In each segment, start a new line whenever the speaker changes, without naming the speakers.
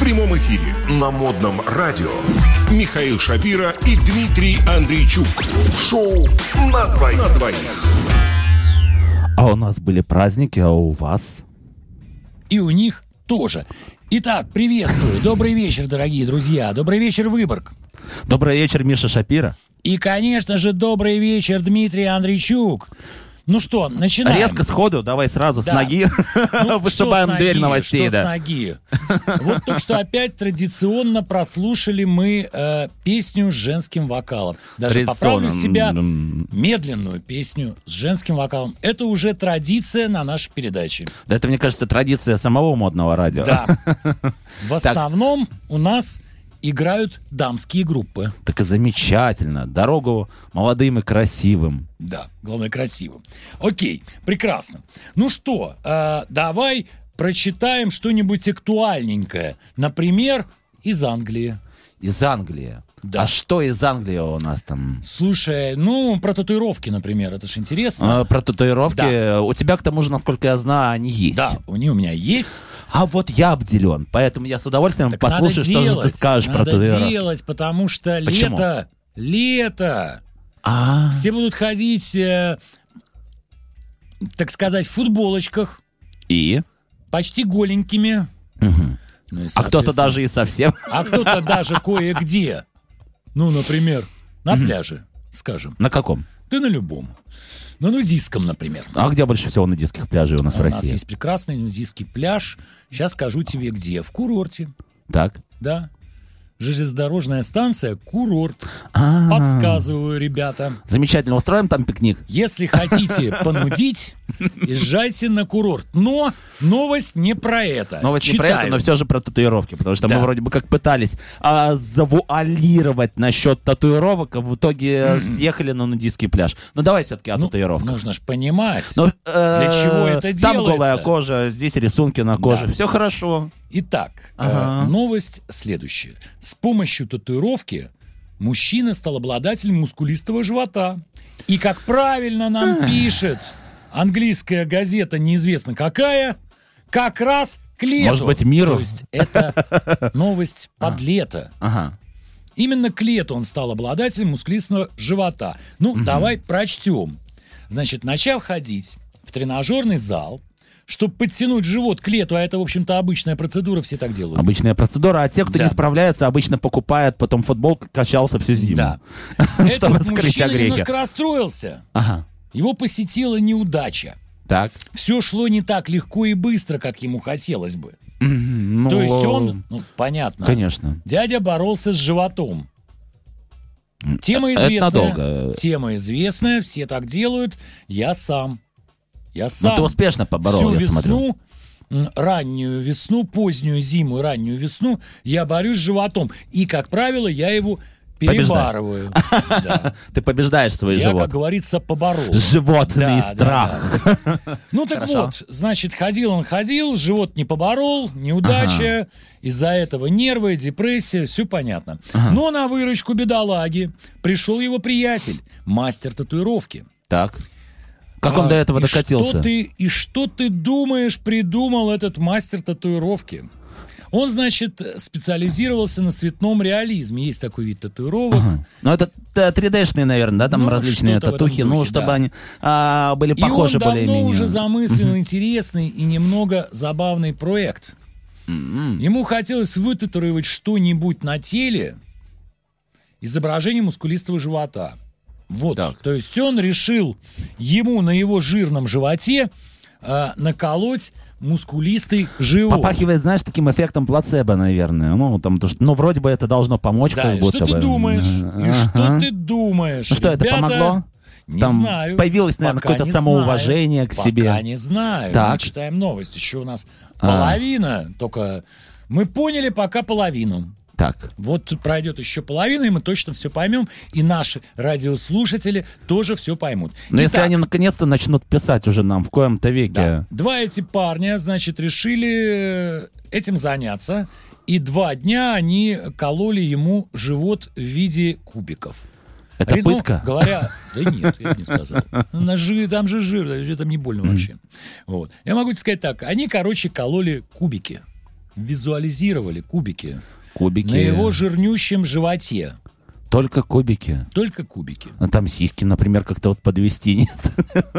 прямом эфире на модном радио Михаил Шапира и Дмитрий Андрейчук. Шоу на двоих. На двоих.
А у нас были праздники, а у вас?
И у них тоже. Итак, приветствую. Добрый вечер, дорогие друзья. Добрый вечер, Выборг.
Добрый вечер, Миша Шапира.
И, конечно же, добрый вечер, Дмитрий Андрейчук. Ну что, начинаем.
Резко сходу, давай сразу с
Да.
ноги
Ну,
вышибаем
что с
дверь
ноги,
новостей.
Что с
Да.
ноги? Вот только что опять традиционно прослушали мы э, песню с женским вокалом. Даже поправлю себя
М,
медленную песню с женским вокалом. Это уже традиция на нашей передаче.
Да это, мне кажется, традиция самого модного радио.
Да. В основном у нас играют дамские группы.
Так и замечательно. Дорогу молодым и красивым.
Да, главное красиво. Окей, прекрасно. Ну что, э, давай прочитаем что-нибудь актуальненькое. Например, из Англии.
Из Англии.
Да.
А что из Англии у нас там?
Слушай, ну, про татуировки, например, это же интересно.
А, Про татуировки. У тебя, к тому же, насколько я знаю, они есть.
Да, у нее у меня есть.
А вот я обделен, поэтому я с удовольствием
Так
послушаю,
надо
что же
делать,
ты скажешь
надо
про татуировки.
делать, потому что
Почему?
лето, лето.
А,
Все будут ходить, э, так сказать, в футболочках,
и?
почти голенькими.
Мгм.
Ну и,
А кто-то
соответственно-
даже и совсем.
А кто-то даже кое-где. Ну, например, на
Мгм.
пляже, скажем.
На каком?
Да на любом. На нудистском, например.
А где больше всего нудистских пляжей у нас в
У нас
России?
есть прекрасный нудистский пляж. Сейчас скажу тебе где. В курорте,
Так.
да. Железнодорожная станция «Курорт».
А,
Подсказываю, ребята.
Замечательно, устроим там пикник.
Если хотите понудить, езжайте на курорт. Но новость не про это.
Новость Ну, не про это,
Читаю.
но все же про татуировки, потому что
Да.
мы вроде бы как пытались а, завуалировать насчет татуировок, а в итоге съехали на нудистский пляж. Ну давай все-таки о
Ну,
татуировках.
Нужно же понимать.
Ну,
для чего это
Там
делается?
голая кожа, здесь рисунки на коже. Все хорошо.
Итак,
Ага.
э, новость следующая. С помощью татуировки мужчина стал обладателем мускулистого живота. И, как правильно нам пишет английская газета, неизвестно какая, как раз к лету.
Может быть, миру?
То есть это новость под лето.
Ага.
Именно к лету он стал обладателем мускулистного живота. Ну, давай прочтем. Значит, начав ходить в тренажерный зал, чтобы подтянуть живот к лету, а это, в общем-то, обычная процедура, все так делают.
Обычная процедура. А те, кто
Да.
не справляется, обычно покупают потом футболку, качался всю зиму.
Да.
Чтобы
Этот
скрыть
мужчина
огрехи.
немножко расстроился.
Ага.
Его посетила неудача.
Так.
Все шло не так легко и быстро, как ему хотелось бы.
Мгм. Ну,
То есть он, ну, понятно,
Конечно.
дядя боролся с животом. Тема
э, Это
известная.
надолго. Ну,
Тема известная, все так делают. Я сам. Я
Но
сам.
Ну, ты успешно поборол,
всю
я смотрю.
весну, м, раннюю весну, позднюю зиму, и раннюю весну я борюсь с животом. И, как правило, я его
Побеждаешь.
перебарываю. Да.
Ты побеждаешь свой
Я,
живот.
как говорится, поборол.
Животный
Да, да,
страх.
Ну так
Хорошо.
вот, значит, ходил он ходил, живот не поборол, неудача, из-за этого нервы, депрессия, все понятно.
Ага.
Но на выручку бедолаги пришел его приятель, мастер татуировки.
Так. Как он
А,
до этого
и Что
докатился?
ты, и что ты думаешь, придумал этот мастер татуировки? Он, значит, специализировался на цветном реализме. Есть такой вид татуировок.
Ага. Ну, это э, 3D-шные, наверное, да, там
Ну,
различные
что-то в этом
татухи, ну,
духе,
чтобы
да.
они а, были
И он
похожи
давно
более-менее.
уже замыслил интересный и немного забавный проект.
М-м.
Ему хотелось вытатуировать что-нибудь на теле изображение мускулистого живота. Вот.
Так.
То есть он решил ему на его жирном животе э, наколоть мускулистый живот.
Попахивает, знаешь, таким эффектом плацебо, наверное. Ну, там, то, что, ну, вроде бы это должно помочь,
Да,
как
и
будто
что ты
бы.
думаешь? И
Ага.
что ты думаешь?
Ну что, это
ребята?
помогло?
Не
Там
знаю.
появилось, наверное,
Пока
какое-то
не
самоуважение к
знаю.
себе.
Пока не знаю.
Так.
Мы читаем новость. Еще у нас
А.
половина только... Мы поняли пока половину.
Так.
Вот пройдет еще половина, и мы точно все поймем. И наши радиослушатели тоже все поймут.
Но Ну, если
Итак,
они наконец-то начнут писать уже нам в коем-то веке.
да, два эти парня, значит, решили э, этим заняться. И два дня они кололи ему живот в виде кубиков.
Это
Ри- ну,
пытка?
говоря, да нет, я бы не сказал. Ну, на жи- там же жир, да, там не больно вообще. Вот. Я могу тебе сказать так, они, короче, кололи кубики. визуализировали кубики
Кубики.
на его жирнющем животе.
Только кубики.
Только кубики.
А там сиськи, например, как-то вот подвести нет.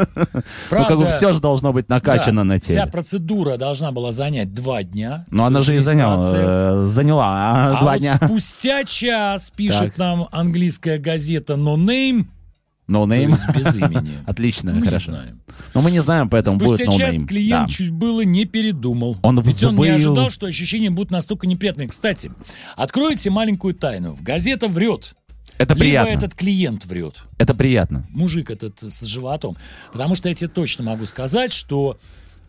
Ну, как бы все же должно быть накачано
да,
на
Вся
теле.
процедура должна была занять два дня.
Но она
То есть
же и
весь процесс.
заняла, э, заняла а,
А
два
вот
дня.
спустя час пишет
Так.
нам английская газета No Name,
No
то
name. Ну,
есть без имени.
Отлично,
Мы не
хорошо.
знаем.
Но Ну, мы не знаем, поэтому
Спустя
будет no
час
name.
клиент
Да.
чуть было не передумал.
Он
Ведь он не
взвыл.
ожидал, что ощущения будут настолько неприятные. Кстати, откройте маленькую тайну. Газета врет.
Это
либо
приятно.
этот клиент врет.
Это приятно.
Мужик этот с животом. Потому что я тебе точно могу сказать, что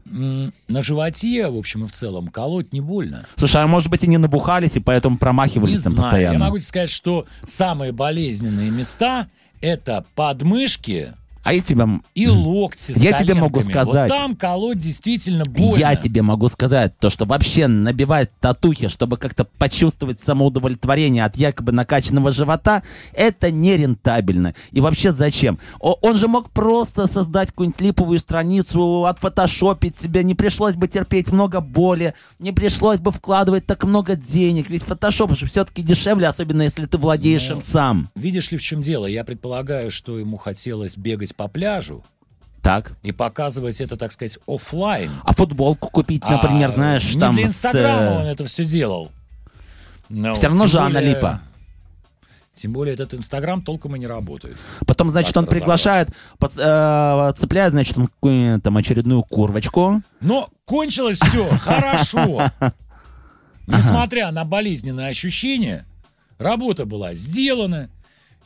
м, на животе, в общем и в целом, колоть не больно.
Слушай, а может быть и не набухались, и поэтому промахивались
Не
там
знаю. Я
постоянно.
могу тебе сказать, что самые болезненные места это подмышки
А я тебя... м,
и локти. с
Я тебе
коленками.
могу сказать.
Вот там колоть действительно больно.
Я тебе могу сказать, то, что вообще набивать татухи, чтобы как-то почувствовать самоудовлетворение от якобы накачанного живота, это нерентабельно. И вообще зачем? О- он же мог просто создать какую-нибудь липовую страницу, отфотошопить себе, не пришлось бы терпеть много боли, не пришлось бы вкладывать так много денег, ведь фотошоп же все-таки дешевле, особенно если ты владеешь
Ну.
им сам.
Видишь ли, в чем дело? Я предполагаю, что ему хотелось бегать по пляжу
Так.
и показывать это, так сказать, оффлайн.
А футболку купить, например,
А,
знаешь,
не
там... с,
для Инстаграма
э,
он это все делал. Но
Всё равно
тем
же она липа.
Тем более этот Инстаграм толком и не работает.
А Потом, значит,
Как
он приглашает, под, э, цепляет, значит, он какую-нибудь там очередную курвочку.
Но кончилось все хорошо. Несмотря на болезненные ощущения, работа была сделана.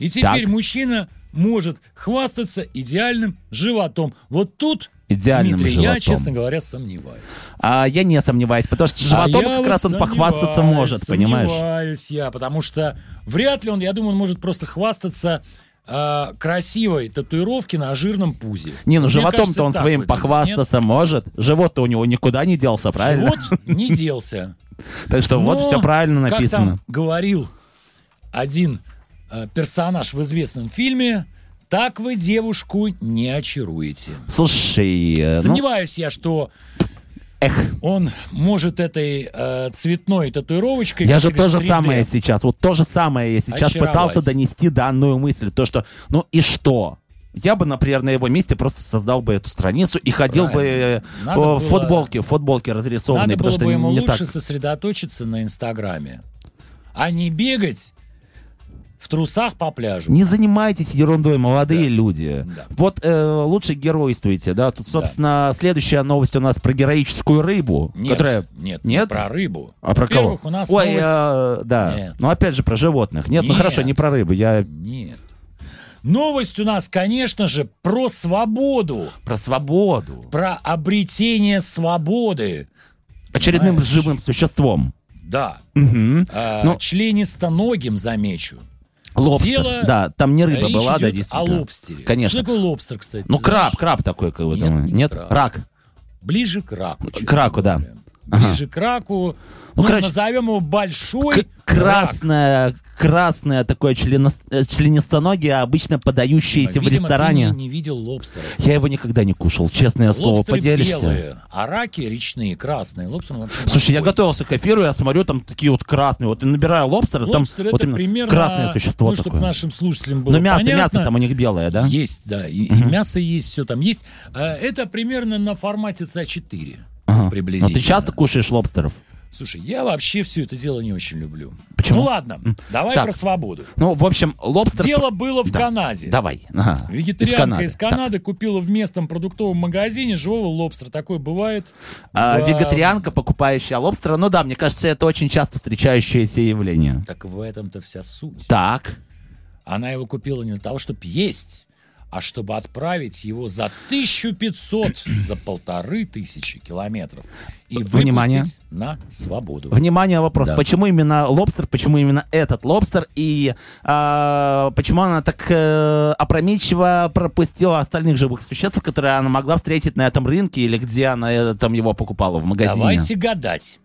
И теперь
Так.
мужчина может хвастаться идеальным животом. Вот тут,
Идеальным
Дмитрий,
животом.
я, честно говоря, сомневаюсь.
А я не сомневаюсь, потому что
А
животом
я
как
вот
раз он похвастаться
сомневаюсь,
может, понимаешь?
Сомневаюсь я, потому что вряд ли он, я думаю, он может просто хвастаться а, красивой татуировки на жирном пузе.
Не, ну
Мне кажется,
животом-то он
так
своим
выглядит.
похвастаться может. Живот-то у него никуда не делся,
Нет,
правильно?
живот не делся.
Так что вот
Но,
все правильно
Как
написано.
там говорил один э, персонаж в известном фильме, так вы девушку не очаруете.
Слушай, э, ну,
Сомневаюсь я, что
эх,
он может этой э, цветной татуировочкой...
я же
как-то
то же
3D.
самое сейчас, вот то же самое я сейчас
Очаровать.
пытался донести данную мысль, то что, ну и что? Я бы, например, на его месте просто создал бы эту страницу и ходил бы э,
Надо
О,
было-
в футболке, в футболке разрисованной,
Надо
потому
было
что
бы ему
не
лучше
так.
сосредоточиться на Инстаграме, а не бегать в трусах по пляжу.
Не занимайтесь ерундой, молодые люди.
Да.
Вот э, лучше геройствуйте, да. Тут, собственно, следующая новость у нас про героическую рыбу,
Нет,
которая.
нет,
Нет?
про рыбу.
А про кого?
Во-первых, у нас
Ой,
новость-
э, да.
Нет.
Ну опять же про животных. Нет, ну
Нет.
хорошо, не про рыбу. Я
Нет. Новость у нас, конечно же, про свободу,
про свободу.
про обретение свободы.
Очередным
Понимаешь?
живым существом.
Да.
Мгм.
Э,
Ну,
членистоногим, замечу.
Лобстер.
дело-
Да, там не рыба
Речь
была, да,
идет о
действительно.
лобстере.
Конечно.
Что такое лобстер, кстати?
Ну
ты знаешь?
краб, краб такой, как бы
Нет,
там.
не
Нет,
краб.
рак.
Ближе к раку. честно
К раку, да.
говоря.
Ага.
Ближе к раку.
Ну,
Ну,
короче,
назовем его большой
К- красное, красное такое членос- э, членистоногие, обычно
рак.
подающееся в
Видимо,
ресторане.
ты не, не видел лобстера.
Я его никогда не кушал, честное слово,
Лобстеры
поделишься.
белые, а раки речные, красные. Лобстер он вообще
Слушай, я
морской.
готовился к эфиру, я смотрю, там такие вот красные. Вот и набираю лобстера,
Лобстер
там
это
вот именно
примерно...
красное существо
ну, чтобы
такое.
нашим слушателям было
Но мясо,
понятно.
мясо там у них белое, да?
Есть, да. И, и
Мгм.
мясо есть, все там есть. А, Это примерно на формате СА-4
Ага. Но
приблизительно.
ты часто кушаешь лобстеров?
Слушай, я вообще все это дело не очень люблю.
Почему?
Ну ладно, давай
Так.
про свободу.
Ну, в общем, лобстер...
Дело было в
Да.
Канаде.
Давай. Ага.
Вегетарианка из Канады,
Так.
купила в местном продуктовом магазине живого лобстера. Такое бывает.
А,
в, а,
Вегетарианка, покупающая лобстера. Ну да, мне кажется, это очень часто встречающееся явление.
Так в этом-то вся суть.
Так.
Она его купила не для того, чтобы есть, а чтобы отправить его за 1500, за полторы тысячи километров и выпустить
Внимание.
на свободу.
Внимание, вопрос.
Да.
Почему именно лобстер? Почему именно этот лобстер? И а, почему она так э, опрометчиво пропустила остальных живых существ, которые она могла встретить на этом рынке или где она э, там его покупала в магазине?
Давайте гадать.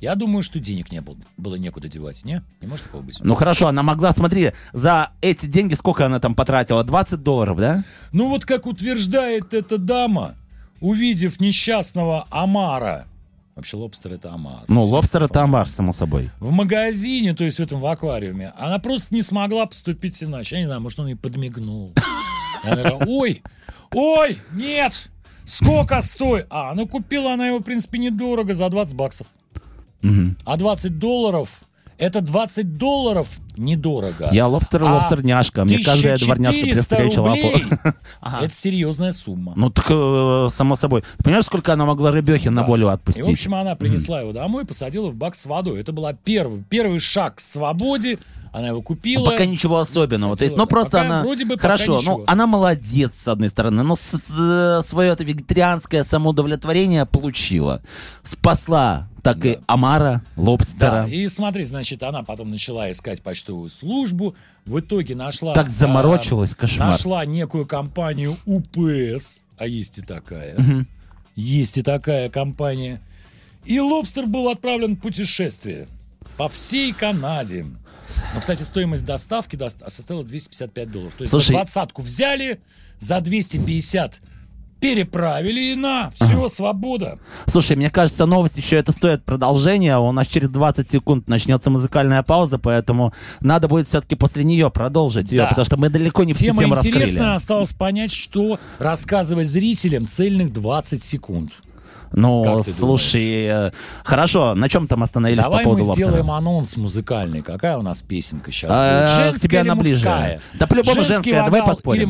Я думаю, что денег не было, было некуда девать. Не? Не может такого быть.
Ну хорошо, она могла, смотри, за эти деньги сколько она там потратила? 20 долларов, да?
Ну вот как утверждает эта дама, увидев несчастного Амара Вообще лобстер это омар.
Ну,
Всё.
лобстер это омар, само собой.
В магазине, то есть в этом в аквариуме, она просто не смогла поступить иначе. Я не знаю, может, он ей подмигнул. И Она говорит, ой, ой, нет, сколько стоит? А, ну купила она его, в принципе, недорого, за 20 баксов.
Мгм.
А 20 долларов, это 20 долларов недорого.
Я лобстер,
А
лобстер, няшка. Мне каждая
1400
дворняжка при встрече лапу.
рублей
Ага.
Это серьезная сумма.
Ну так, э, само собой. Ты понимаешь, сколько она могла Рыбехин на
Да.
волю
И,
отпустить?
в общем, она принесла его домой, посадила в бак с водой. Это был первый, первый шаг к свободе. Она его
Ну,
купила.
пока ничего особенного. То есть, ну
Садила, да.
просто
Пока
она...
вроде бы пока
Хорошо, ну
ничего.
она молодец, с одной стороны, но свое это вегетарианское самоудовлетворение получила. Спасла так и
Да.
Амара, лобстера.
Да, и смотри, значит, она потом начала искать почтовую службу. В итоге нашла...
Так
а,
заморочилась, кошмар.
нашла некую компанию УПС. А есть и такая.
Мгм.
Есть и такая компания. И лобстер был отправлен в путешествие по всей Канаде. Но, кстати, стоимость доставки доста- составила 255 долларов. То есть
Слушай,
за двадцатку взяли, за 250 переправили и на, все, свобода.
Слушай, мне кажется, новость еще это стоит продолжения. У нас через 20 секунд начнется музыкальная пауза, поэтому надо будет все-таки после нее продолжить ее,
Да.
потому что мы далеко не всю
Тема
тему
интересная,
раскрыли.
осталось понять, что рассказывать зрителям цельных 20 секунд.
Ну,
Как ты
слушай, э, хорошо, на чем там остановились
Давай
по
мы
поводу лобстера?
сделаем анонс музыкальный. Какая у нас песенка сейчас?
А,
будет?
к тебе она ближе. Да по-любому
Женский
женская, давай
вокал
поспорим.
или